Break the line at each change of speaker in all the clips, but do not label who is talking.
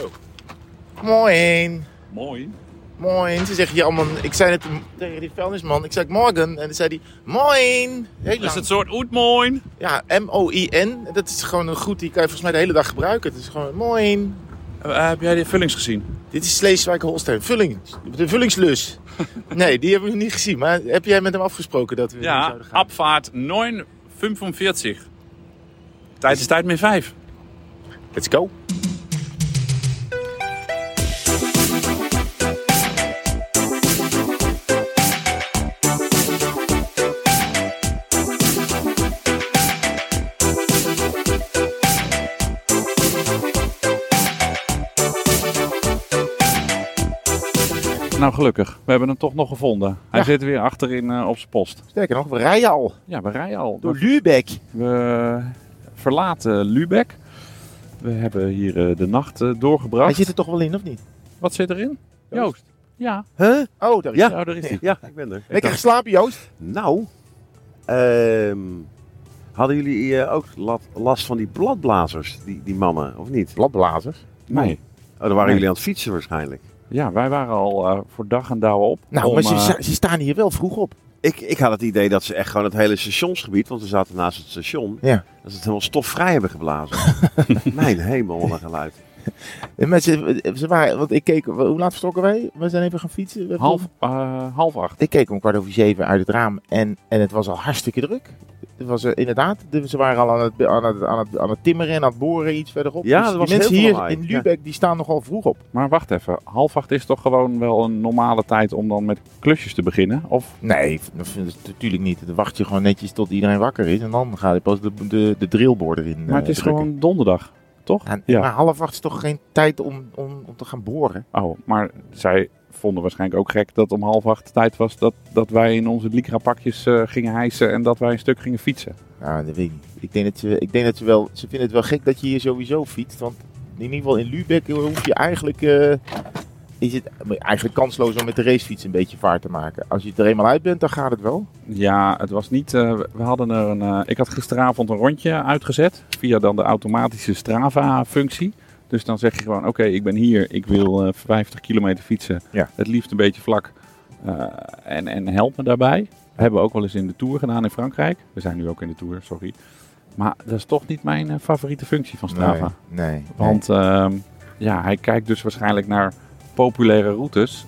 Oh.
Moin.
Mooi.
Moin. Ze zeggen hier allemaal... Ik zei het tegen die vuilnisman. Ik zei morgen. En dan zei hij... Moin. Heel
Dat is
lang.
het soort oetmoin.
Ja, M-O-I-N. Dat is gewoon een groet die kan je volgens mij de hele dag gebruiken. Het is gewoon moin.
Eh, heb jij de vullings gezien?
Dit is Sleeswijk-Holstein. Vulling. De vullingslus. nee, die hebben we nog niet gezien. Maar heb jij met hem afgesproken dat we hier
Ja,
zouden gaan?
abvaart 945. Tijd is tijd meer 5.
Let's go.
Nou, gelukkig. We hebben hem toch nog gevonden. Hij
Ja.
zit weer achterin eh, op zijn post.
Sterker nog, we rijden al.
Ja, we rijden al.
Door Lübeck.
We verlaten Lübeck. We hebben hier eh, de nacht eh, doorgebracht.
Hij zit er toch wel in, of niet?
Wat zit erin?
Joost.
Joost. Ja.
Huh?
Oh, daar is
Ja.
hij.
Nou, daar is hij.
Ja, ik ben er.
Lekker geslapen, Joost.
Nou, ehm, hadden jullie eh, ook la- last van die bladblazers, die, die mannen, of niet?
Bladblazers.
Nee.
Oh, dan waren
Nee.
jullie aan het fietsen waarschijnlijk.
Ja, wij waren al eh, voor dag en dauw op.
Nou,
om,
maar ze,
eh,
ze staan hier wel vroeg op.
Ik, ik had het idee dat ze echt gewoon het hele stationsgebied, want we zaten naast het station,
Ja.
dat ze het helemaal stofvrij hebben geblazen. Mijn hemel, wat een geluid. Oh,
En Mensen, ze waren, want ik keek, hoe laat vertrokken wij? We zijn even gaan fietsen. We hebben-
half, eh, half acht.
Ik keek om kwart over zeven uit het raam en, en het was al hartstikke druk. Het was eh, inderdaad, de- ze waren al aan het, aan, het, aan, het, aan het timmeren en aan het boren iets verderop.
Ja,
Dus
er was
die mensen
heel veel
hier
lawaai.
in
Ja.
Lübeck, die staan nogal vroeg op.
Maar wacht even, half acht is toch gewoon wel een normale tijd om dan met klusjes te beginnen? Of
Nee, natuurlijk niet. Dan wacht je gewoon netjes tot iedereen wakker is en dan ga je pas de, de, eh, de drillboarder in.
maar het is gewoon donderdag, toch?
ja.
ja.
Maar half acht is toch geen tijd om, om, om te gaan boren?
Oh, maar zij vonden waarschijnlijk ook gek dat om half acht de tijd was dat, dat wij in onze lycra pakjes eh, gingen hijsen en dat wij een stuk gingen fietsen.
Nou, dat weet ik niet. Ik denk dat ze, ik denk dat ze wel, ze vinden het wel gek dat je hier sowieso fietst. Want in ieder geval in Lübeck hoef je eigenlijk, eh, is het eigenlijk kansloos om met de racefiets een beetje vaart te maken. Als je er eenmaal uit bent, dan gaat het wel.
Ja, het was niet. eh, we hadden er een. eh, ik had gisteravond een rondje uitgezet via dan de automatische Strava-functie. Dus dan zeg je gewoon: oké, ik ben hier, ik wil eh, 50 kilometer fietsen.
Ja.
Het liefst een beetje vlak. eh, en, en help me daarbij. We hebben we ook wel eens in de Tour gedaan in Frankrijk. We zijn nu ook in de Tour, sorry. Maar dat is toch niet mijn eh, favoriete functie van Strava.
Nee, nee.
Want ehm, ja, hij kijkt dus waarschijnlijk naar populaire routes.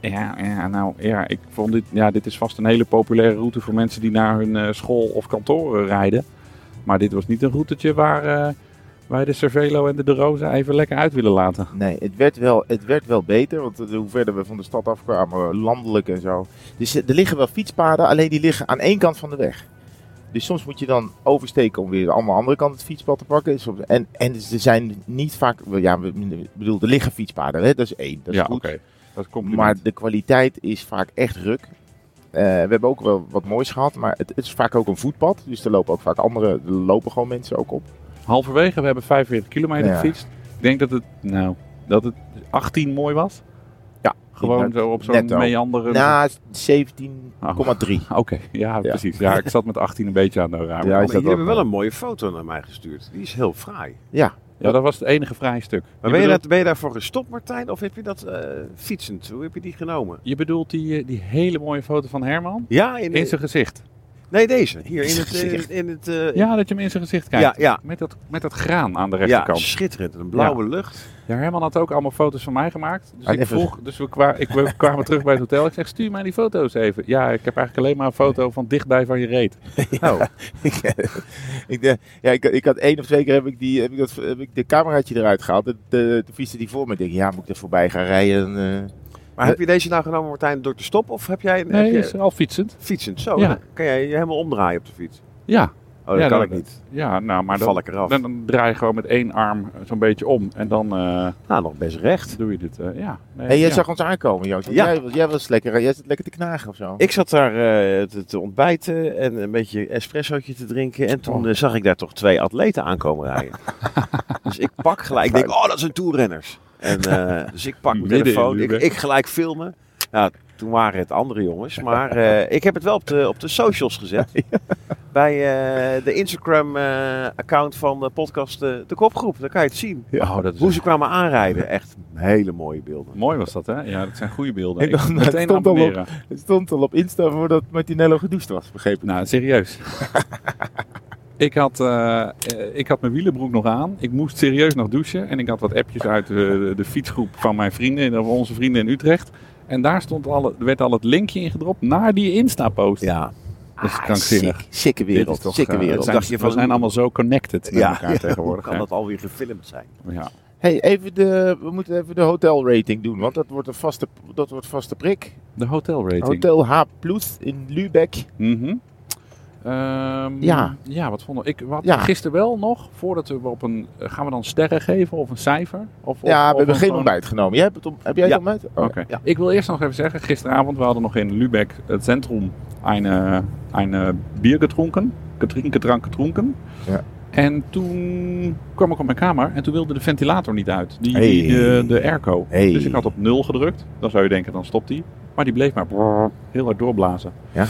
Ja, ja nou ja, ik vond dit, ja, dit is vast een hele populaire route voor mensen die naar hun eh, school of kantoren rijden. Maar dit was niet een routetje waar eh, wij de Cervelo en de De Rosa even lekker uit willen laten.
Nee, het werd, wel, het werd wel beter, want eh, hoe verder we van de stad afkwamen, landelijk en zo. Dus eh, er liggen wel fietspaden, alleen die liggen aan één kant van de weg. Dus soms moet je dan oversteken om weer aan de andere kant het fietspad te pakken. Soms- En, en dus er zijn niet vaak, ja, we- ik bedoel, er liggen fietspaden, hè? dat is één, dat is
ja,
goed.
Dat komt
Maar de kwaliteit is vaak echt ruk. Eh, we hebben ook wel wat moois gehad, maar het, het is vaak ook een voetpad. Dus er lopen ook vaak andere, er lopen gewoon mensen ook op.
Halverwege, we hebben 45 kilometer
Ja.
gefietst. Ik denk dat het, nou, dat het 18 mooi was.
Ja,
Gewoon
net-
zo op zo'n
netto.
meanderende...
Na 17,3.
Oké, ja, precies. Ja, ik zat met 18 een beetje aan de raam.
Ja,
Maar
is dat
jullie hebben
wel-
wel een mooie foto naar mij gestuurd. Die is heel fraai.
Ja, dat was het enige vrije stuk.
Maar
je,
ben je,
bedoelt,
dat, ben je daarvoor gestopt, Martijn? Of heb je dat eh, fietsend? Hoe heb je die genomen?
je bedoelt die, eh, die hele mooie foto van Herman?
Ja, in, eh,
In zijn gezicht.
nee, deze. Hier
In
in
zijn
het... eh,
gezicht.
In het eh,
Ja, dat je hem in zijn gezicht kijkt.
ja, ja.
Met, dat, met dat graan aan de
ja,
rechterkant.
schitterend. Een blauwe lucht.
Ja, Herman had ook allemaal foto's van mij gemaakt. Dus,
Ah,
ik
even-
vroeg, dus we, kwa- ik, we kwamen terug bij het hotel. Ik zeg, stuur mij die foto's even. Ja, ik heb eigenlijk alleen maar een foto van dichtbij van je reet.
Oh. ik, de, ja, ik, ik had één of twee keer heb ik, die, heb ik, dat, heb ik de cameraatje eruit gehaald. De, de, de fietser die voor me denkt, ja, moet ik er voorbij gaan rijden? Eh,
Maar heb je deze nou genomen, Martijn, door te stoppen? Of heb jij een
Nee,
heb je-
is al fietsend.
fietsend? Zo,
Ja.
dan kan jij je helemaal omdraaien op de fiets.
Ja,
Oh, dat
Ja,
kan
dat-
ik niet.
ja nou, maar
Dan
dan,
val ik eraf.
dan, dan draai je gewoon met één arm zo'n beetje om. En dan eh,
nou, nog best recht.
doe je dit. eh, ja. Nee,
hey, jij
ja.
zag ons aankomen, Joost.
Ja.
Jij, was- jij was lekker, eh, jij zit lekker te knagen of zo.
Ik zat daar eh, te, te ontbijten en een beetje espressootje te drinken. En toen
Oh.
eh, zag ik daar toch twee atleten aankomen rijden. dus ik pak gelijk. Ik denk, oh, dat zijn toerrenners. En, eh, dus ik pak mijn
Midden in
telefoon. Ik,
Lübeck.
ik gelijk filmen. Nou, toen waren het andere jongens. Maar eh, ik heb het wel op de, op de socials gezet. bij eh, de Instagram-account van de podcast eh, De Kopgroep. Dan kan je het zien.
Oh, dat is
Hoe ze kwamen aanrijden. Echt hele mooie beelden.
Mooi was dat, hè? Ja, dat zijn goede beelden.
Ik
Ik
dacht, het
meteen
stond al op.
abonneren.
Het stond al op Insta voordat Martinello gedoucht was, begreep ik.
Nou, serieus. ik, had, eh, eh, ik had mijn wielenbroek nog aan. Ik moest serieus nog douchen. En ik had wat appjes uit eh, de, de fietsgroep van mijn vrienden, of onze vrienden in Utrecht. En daar stond al, het- werd al het linkje ingedropt naar die Insta-post.
Ja,
Dat is krankzinnig.
Ah, sick, sicke
Dit
wereld,
is toch,
sikke
eh,
wereld.
het zijn-
Dacht je
we
van-
zijn allemaal zo connected met
Ja.
elkaar tegenwoordig.
kan
hè?
dat alweer gefilmd zijn.
Ja.
hey, even de, we moeten even de hotelrating doen, want dat wordt een vaste, dat wordt vaste prik.
De hotelrating.
Hotel H Plus in Lübeck.
Mhm. Ehm,
Ja.
ja, wat vond ik? ik wat,
Ja.
Gisteren wel nog, voordat we op een. eh, Gaan we dan sterren geven of een cijfer? Of, of-
ja, we
of
hebben
een-
geen
gewoon-
ontbijt genomen. Jij hebt het om, heb jij
Ja.
het ontbijt?
Oké.
Ja.
Oh, Ik wil eerst nog even zeggen, gisteravond we hadden nog in Lübeck het centrum een, eh, een eh, bier getrunken. Getrinken, drank getrunken.
Ja.
En toen kwam ik op mijn kamer en toen wilde de ventilator niet uit. Die,
Hey.
die- eh, de, de airco.
Hey.
Dus ik had op nul gedrukt. Dan zou je denken, dan stopt die. Maar die bleef maar brrr, heel hard doorblazen.
Ja.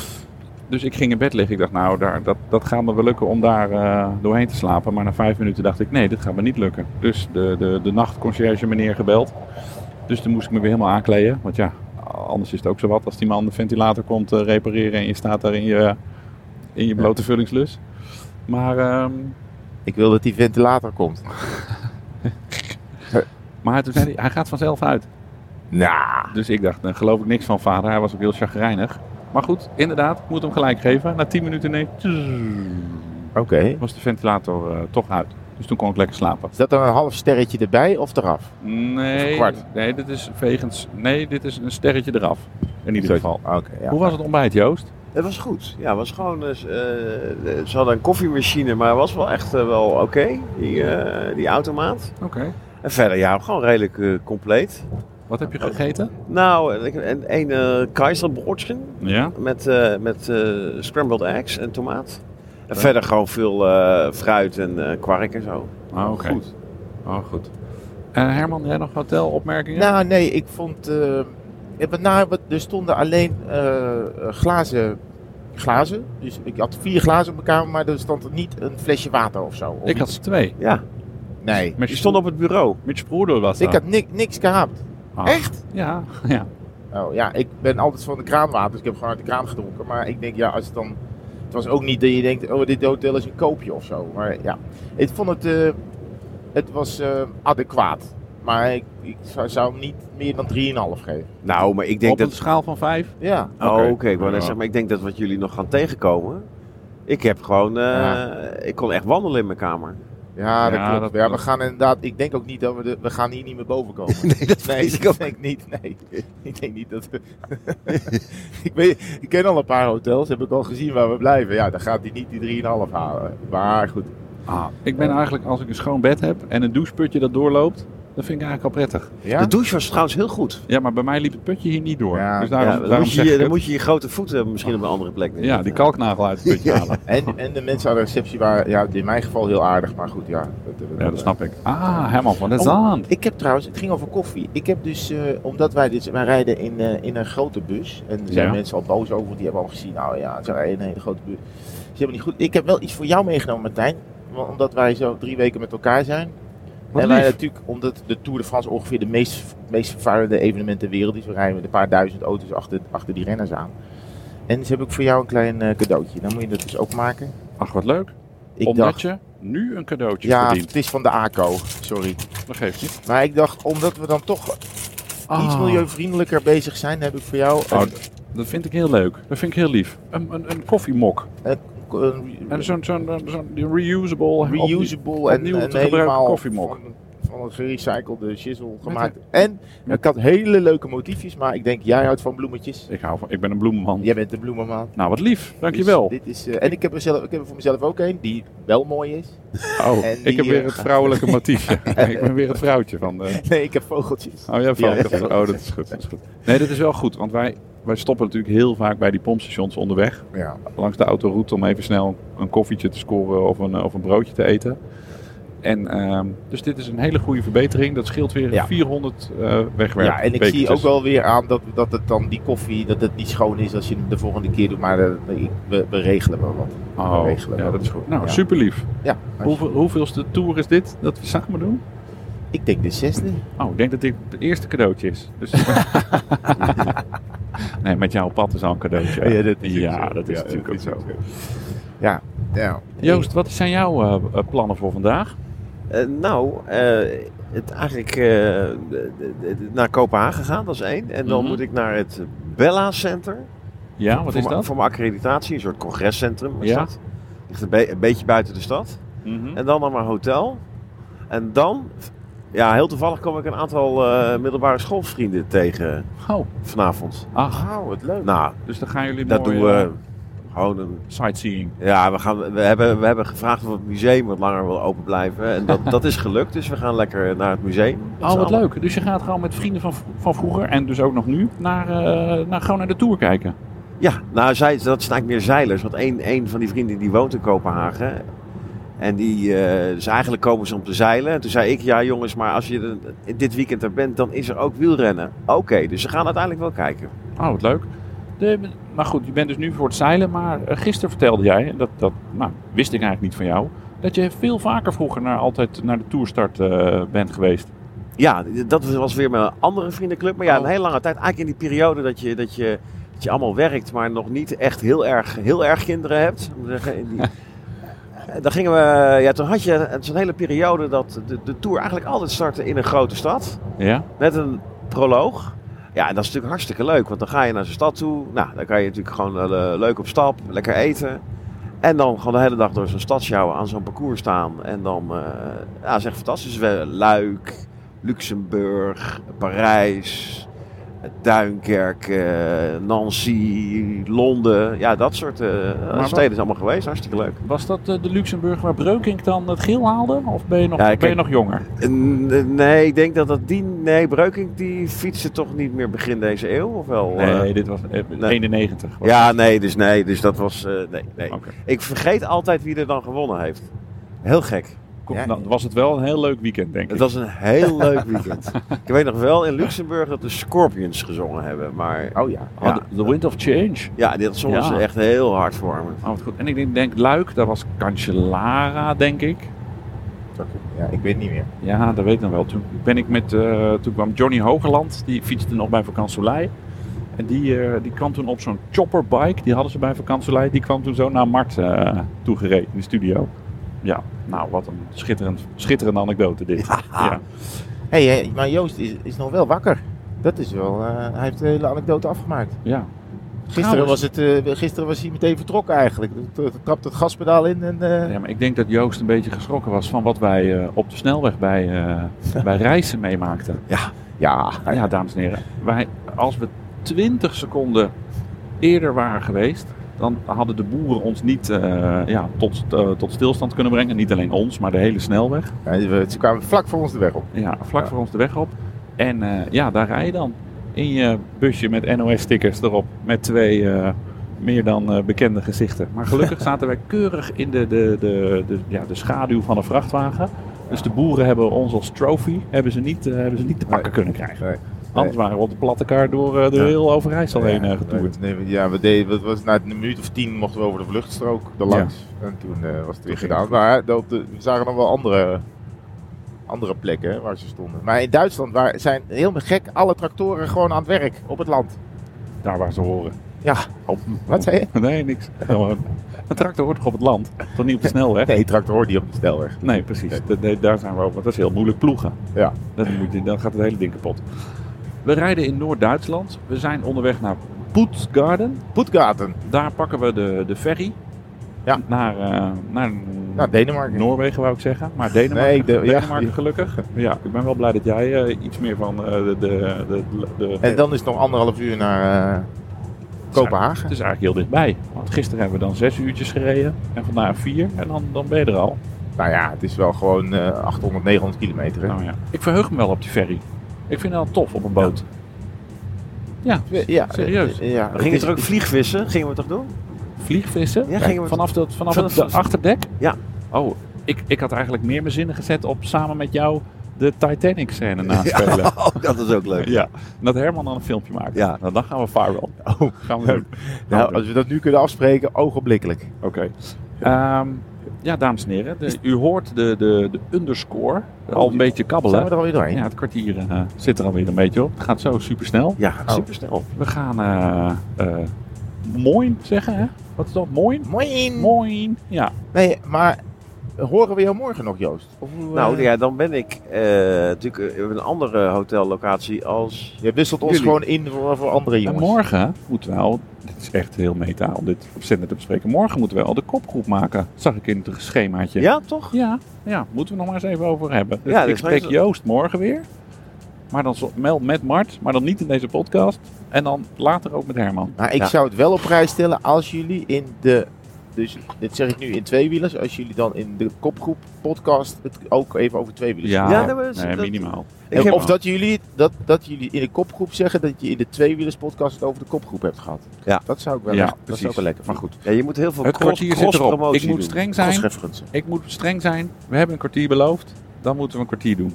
Dus ik ging in bed liggen. Ik dacht, nou, daar, dat, dat gaat me wel lukken om daar eh, doorheen te slapen. Maar na vijf minuten dacht ik, nee, dit gaat me niet lukken. Dus de, de, de nachtconciërge meneer gebeld. Dus toen moest ik me weer helemaal aankleden. Want ja, anders is het ook zo wat als die man de ventilator komt eh, repareren en je staat daar in je, in je blote vullingslus. Maar, ehm,
Ik wil dat die ventilator komt.
maar toen zei hij, hij gaat vanzelf uit.
Nou,
Dus ik dacht, daar geloof ik niks van vader. Hij was ook heel chagrijnig. Maar goed, inderdaad, ik moet hem gelijk geven. Na 10 minuten nee,
oké.
was de ventilator eh, toch uit. Dus toen kon ik lekker slapen.
Is dat dan een half sterretje erbij of eraf?
Nee,
Of een kwart.
nee, dit is wegens. Nee, dit is een sterretje eraf. In ieder geval.
Ah, Oké, ja.
Hoe was het ontbijt, Joost?
Het was goed. Ja, het was gewoon. eh, eh, ze hadden een koffiemachine, maar het was wel echt eh, wel oké, die, eh, die automaat.
Oké.
En verder, ja, gewoon redelijk eh, compleet.
Wat heb je gegeten?
Nou, en ik- en één eh keizerbroodchen
Ja.
met, eh, met eh, scrambled eggs en tomaat. En verder gewoon veel eh, fruit en eh, kwark en zo.
Ah, oké.
Goed.
Oh, goed. En Herman, jij nog hotelopmerkingen?
Nou, nee, ik vond. eh, ja, maar nou, wat- er stonden alleen eh, glazen. Glazen. Dus ik had vier glazen op mijn kamer, maar er stond er niet een flesje water of zo. Of
ik had
iets.
er twee.
Ja,
Nee.
Met
die stond op het bureau.
Met Sproeder was
Ik had ni- niks gehad.
Ah.
Echt?
Ja, ja.
Oh ja, ik ben altijd van de kraanwater, dus ik heb gewoon uit de kraan gedronken. Maar ik denk, ja, als het dan. Het was ook niet dat je denkt, oh, dit hotel is een koopje of zo. Maar ja, ik vond het. eh, het was eh, adequaat. Maar ik, ik zou, zou hem niet meer dan 3,5 geven.
Nou, maar ik denk
op
dat.
een schaal van vijf.
Ja.
Oh,
Oké.
oké. ik wou net
Ja.
zeggen, maar ik denk dat wat jullie nog gaan tegenkomen. Ik heb gewoon. eh,
Ja.
Ik kon echt wandelen in mijn kamer.
Ja, dat
Ja,
klopt.
dat-
ja, we
dat-
gaan inderdaad. Ik denk ook niet dat we de, we gaan hier niet meer boven komen.
Nee, dat vrees ik ook.
denk niet. Nee, ik denk niet dat. We, ik, weet, ik ken al een paar hotels, heb ik al gezien waar we blijven. Ja, dan gaat hij niet die 3,5 halen. Maar goed.
Ah. Ik ben eigenlijk, als ik een schoon bed heb en een doucheputje dat doorloopt, dat vind ik eigenlijk al prettig.
Ja?
De douche was trouwens heel goed.
Ja, maar bij mij liep het putje hier niet door.
Ja.
dus daarom,
Ja, dan,
daarom
moet je,
zeg
je-
ik
dan
het.
moet je je grote voeten misschien op een andere plek neerzetten.
Ja, die kalknagel uit het putje halen.
En, en de mensen aan de receptie waren ja, in mijn geval heel aardig. Maar goed, ja. dat-
Ja, dat snap ik. Ah, helemaal van de
Oh.
zand.
Ik heb trouwens, het ging over koffie. Ik heb dus, eh, omdat wij, dus, wij rijden in, eh, in een grote bus. En er zijn
Ja.
mensen al boos over, die hebben al gezien. Nou ja, ze rijden in een hele grote bus. Ze hebben niet goed. Ik heb wel iets voor jou meegenomen, Martijn. wa- Omdat wij zo drie weken met elkaar zijn.
Wat
en wij
lief.
natuurlijk, omdat de Tour de France ongeveer de meest, meest vervuilende evenement ter wereld is. We rijden met een paar duizend auto's achter, achter die renners aan. En dus heb ik voor jou een klein eh, cadeautje. Dan moet je dat dus ook maken.
Ach, wat leuk.
Ik
Omdat
dacht,
je nu een cadeautje
ja,
verdient.
het is van de ACO. Sorry.
Dat geeft niet.
Maar ik dacht, omdat we dan toch iets
Ah.
milieuvriendelijker bezig zijn, heb ik voor jou
Oh,
een,
d- dat vind ik heel leuk. Dat vind ik heel lief. Een, een, een koffiemok.
een-
En zo'n zo'n zo'n- zo'n die reusable.
een reusable en
opnieuw
een
te gebruiken
helemaal
koffiemok.
van, van een gerecyclede shizzle
een-
gemaakt. En
met-
ik had hele leuke motiefjes, maar ik denk, jij houdt van bloemetjes.
Ik hou van, ik ben een bloemenman.
Jij bent de bloemenman.
Nou, wat lief. Dankjewel.
Dus dit is, eh, en ik heb, er zelf, ik heb er voor mezelf ook een, die wel mooi is.
oh,
en
ik heb
die,
weer
eh,
het vrouwelijke motiefje. ik ben weer het vrouwtje van de...
Nee, ik heb vogeltjes.
Oh ja,
Ja,
valt.
ja.
Oh, dat is, goed, dat is goed. Nee, dat is wel goed, want wij, wij stoppen natuurlijk heel vaak bij die pompstations onderweg.
Ja.
Langs de autoroute om even snel een koffietje te scoren of een, of een broodje te eten. En, ehm, dus dit is een hele goede verbetering. Dat scheelt weer
Ja.
400 eh wegwerp.
Ja, en ik zie ook wel weer aan dat, dat het dan die koffie dat het niet schoon is als je hem de volgende keer doet. Maar eh, ik- we, we regelen wel wat.
Oh,
regelen
ja,
wel.
dat is goed. Nou,
Ja.
super lief.
Ja,
Hoeveel, hoeveelste tour is dit dat we samen doen?
ik denk de zesde.
Oh, ik denk dat dit het eerste cadeautje is. Dus nee, met jou op pad is al een cadeautje. Ja, dat is natuurlijk ook zo.
Ja, nou,
Joost, wat zijn jouw eh, eh, plannen voor vandaag?
Eh, nou, eh, het eigenlijk eh, de- de- de- naar Kopenhagen gaan, dat is één. En dan
Mhm.
moet ik naar het Bella Center.
Ja, wat
voor
is
mijn-
dat?
Voor mijn accreditatie, een soort congrescentrum. Is
Ja.
dat. Ligt een, be- een beetje buiten de stad.
Mhm.
En dan naar mijn hotel. En dan, ja, heel toevallig kwam ik een aantal eh, middelbare schoolvrienden tegen
Oh,
vanavond.
ach,
oh, wat leuk.
Nou,
dus dan gaan jullie
dat
mooi,
doen we
eh,
gewoon een...
sightseeing.
Ja, we, gaan, we, hebben, we hebben gevraagd of het museum wat langer wil open blijven. En dat, dat is gelukt, dus we gaan lekker naar het museum. met
Oh,
z'n
wat
allen.
leuk. Dus je gaat gewoon met vrienden van, v- van vroeger en dus ook nog nu naar, eh, naar, gewoon naar de tour kijken.
Ja, nou, zij, dat zijn eigenlijk meer zeilers. Want één, één van die vrienden die woont in Kopenhagen. En die, eh, dus eigenlijk komen ze om te zeilen. En toen zei ik, ja jongens, maar als je er- dit weekend er bent, dan is er ook wielrennen. Oké, dus ze gaan uiteindelijk wel kijken.
Oh, wat leuk. De, maar goed, je bent dus nu voor het zeilen. Maar eh, gisteren vertelde jij, en dat, dat nou, wist ik eigenlijk niet van jou, dat je veel vaker vroeger naar, altijd naar de tourstart eh, bent geweest.
Ja, dat was weer mijn andere vriendenclub. Maar ja,
Oh.
een hele lange tijd. Eigenlijk in die periode dat je, dat je, dat je allemaal werkt, maar nog niet echt heel erg, heel erg kinderen hebt. om te zeggen, in die- Eh, Dan gingen we, ja, toen had je zo'n hele periode dat de, de tour eigenlijk altijd startte in een grote stad.
Ja?
Met een proloog. Ja, en dat is natuurlijk hartstikke leuk. Want dan ga je naar zijn stad toe. Nou, dan kan je natuurlijk gewoon eh, leuk op stap, lekker eten. En dan gewoon de hele dag door zo'n stad sjouwen, aan zo'n parcours staan. En dan, eh ja, zeg fantastisch. We- Luik, Luxemburg, Parijs, Duinkerk, eh, Nancy, Londen. Ja, dat soort eh,
wat-
steden is allemaal geweest. Hartstikke leuk.
Was dat eh, de Luxemburg waar Breukink dan het geel haalde? Of ben je nog,
Ja,
ben je
kijk-
nog jonger?
N- eh, Nee, ik denk dat dat die... Nee, Breukink die fietsen toch niet meer begin deze eeuw? Of wel? eh?
Nee, dit was eh, 91. was
Ja, nee, dus nee, dus dat was. eh, nee, nee.
het. Oké.
Ik vergeet altijd wie er dan gewonnen heeft. Heel gek.
Kom,
Ja.
Dan was het wel een heel leuk weekend, denk ik.
Het was een heel leuk weekend. Ik weet nog wel in Luxemburg dat de Scorpions gezongen hebben, maar
Oh ja.
Oh, de- The Wind of Change.
ja, dit zongen
Ja.
ze echt heel hard voor me.
Oh, wat goed. En ik denk, denk Luik, dat was Cancellara, denk ik.
ja, ik weet het niet meer.
Ja, dat weet ik nog wel. Toen, ben ik met, eh, toen kwam Johnny Hogeland, die fietste nog bij Vakansolei. En die, eh, die kwam toen op zo'n chopperbike, die hadden ze bij Vakansolei. Die kwam toen zo naar Mart eh toegereden in de studio. Ja, nou wat een schitterend, schitterende anekdote dit. Ja,
Hé, hey, eh, maar Joost is, is nog wel wakker. Dat is wel, eh, hij heeft de hele anekdote afgemaakt.
ja.
Gisteren
Trouwens.
was, het, eh, gisteren was hij meteen vertrokken eigenlijk. Toen trapte het gaspedaal in en... eh,
Ja, maar ik denk dat Joost een beetje geschrokken was van wat wij eh, op de snelweg bij, eh, bij Reizen meemaakten. Nou
ja,
Ja, dames en heren. Wij, als we 20 seconden eerder waren geweest, dan hadden de boeren ons niet eh, ja, tot, eh, tot stilstand kunnen brengen. Niet alleen ons, maar de hele snelweg.
Ja, we- Ze kwamen vlak voor ons de weg op.
Ja, vlak
Ja.
voor ons de weg op. En eh, ja, daar rij je dan. In je busje met NOS-stickers erop. Met twee eh, meer dan eh, bekende gezichten. Maar gelukkig zaten wij keurig in de, de, de, de, ja, de schaduw van een vrachtwagen. Dus de boeren hebben ons als trophy hebben ze niet, eh, hebben ze niet te pakken kunnen krijgen. Anders waren we op de platte kaart door, eh, door
Ja.
heel Overijssel heen eh, getoerd.
Nee, nee, ja, we deden, wat was het, na een minuut of tien mochten we over de vluchtstrook er langs. En toen eh, was het weer gedaan. Maar de- op de- we zagen nog wel andere, andere plekken hè, waar ze stonden. Maar in Duitsland waar, zijn heel gek alle tractoren gewoon aan het werk op het land.
Daar waar ze horen.
Ja, wat zei je?
Nee, niks. Gewoon. Een tractor hoort toch op het land? Toch niet op de snelweg?
Nee, tractor hoort niet op de snelweg.
Nee, precies. Da- da- daar zijn we over. Want dat is heel moeilijk ploegen.
Ja.
Dan, moet je, dan gaat het hele ding kapot. We rijden in Noord-Duitsland. We zijn onderweg naar Puttgarden.
Poetgaten
Daar pakken we de, de ferry.
Ja.
Naar, eh, naar,
naar Denemarken.
Noorwegen wou ik zeggen. Maar Denemarken,
Nee, de- ja.
Denemarken gelukkig. Ja, ik ben wel blij dat jij eh, iets meer van eh, de, de, de, de
en dan is het nog anderhalf uur naar eh, Kopenhagen.
Het is eigenlijk heel dichtbij. Want gisteren hebben we dan zes uurtjes gereden en vandaag vier. En dan, dan ben je er al.
Nou ja, het is wel gewoon eh 800, 900 kilometer. hè.
Nou ja. Ik verheug me wel op die ferry. Ik vind het wel tof op een boot. Ja,
Ja,
Serieus?
eh, Ja,
We gingen
het
er
is-
ook vliegvissen, gingen we toch doen?
vliegvissen.
Ja, gingen we
Vanaf, dat, vanaf
Vanaf
het de
dat-
achterdek?
Ja.
Oh, ik, ik had eigenlijk meer mijn zinnen gezet op samen met jou de Titanic-scène naspelen. Ja.
Oh, dat is ook leuk.
En dat Herman dan een filmpje maakt.
Ja.
Nou, dan gaan we viral.
Oh.
Gaan we doen.
Nou, als we dat nu kunnen afspreken, ogenblikkelijk.
Oké. Ehm, ja, dames en heren. de- u hoort de, de, de underscore al een beetje
Zijn we
kabbelen.
er alweer doorheen?
Ja, het kwartier eh, zit er alweer een beetje op. Het gaat zo supersnel.
Ja, supersnel.
We gaan eh eh, mooi zeggen, hè? Wat is dat? Mooi?
Moin!
Mooi. Ja.
Nee, maar horen we jou morgen nog, Joost? Of, hoe, eh,
Nou ja, dan ben ik eh, natuurlijk eh, op een andere hotellocatie als...
Je wisselt ons
Jullie.
gewoon in voor, voor andere
En
jongens.
morgen moeten we al, dit is echt heel meta om dit op zender te bespreken. Morgen moeten we al de kopgroep maken. Zag ik in het schemaatje.
Ja, toch?
Ja, ja, moeten we nog maar eens even over hebben. Dus
Ja, dat
ik
is
spreek
meestal-
Joost morgen weer. Maar dan zo- meld met Mart, maar dan niet in deze podcast. En dan later ook met Herman.
Maar Nou, ik
Ja.
zou het wel op prijs stellen als jullie in de. Dus dit zeg ik nu in tweewielers. Als jullie dan in de kopgroep podcast het ook even over tweewielers
Ja,
Ja,
hebben.
dat was-
nee,
Dus dat-
minimaal.
Ik
En
heb-
Of dat jullie, dat, dat jullie in de kopgroep zeggen dat je in de tweewielers podcast het over de kopgroep hebt gehad.
Ja.
Dat zou ik wel
Ja,
dat
precies.
zou ik wel lekker.
Maar goed,
Ja, je moet heel veel
het
cross,
kwartier zit erop. Ik
cross-promotie
moet
doen.
streng
Als
zijn.
referentie.
Ik moet streng zijn. We hebben een kwartier beloofd. Dan moeten we een kwartier doen.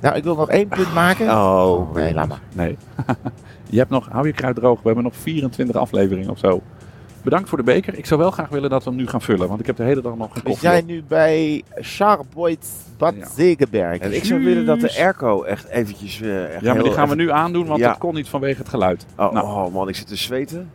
Nou, ik wil nog één punt maken.
Oh,
nee, laat maar.
Nee. je hebt nog, hou je kruid droog. We hebben nog 24 afleveringen of zo. Bedankt voor de beker. Ik zou wel graag willen dat we hem nu gaan vullen. Want ik heb de hele dag nog geen
We
koffie.
zijn nu bij Charboit Bad
Ja.
Zegenberg.
En ik zou willen dat de airco echt eventjes... eh, echt
Ja, maar die
heel
gaan we
even-
nu aandoen, want
Ja.
dat kon niet vanwege het geluid.
Oh,
Nou.
oh, man, ik zit te zweten.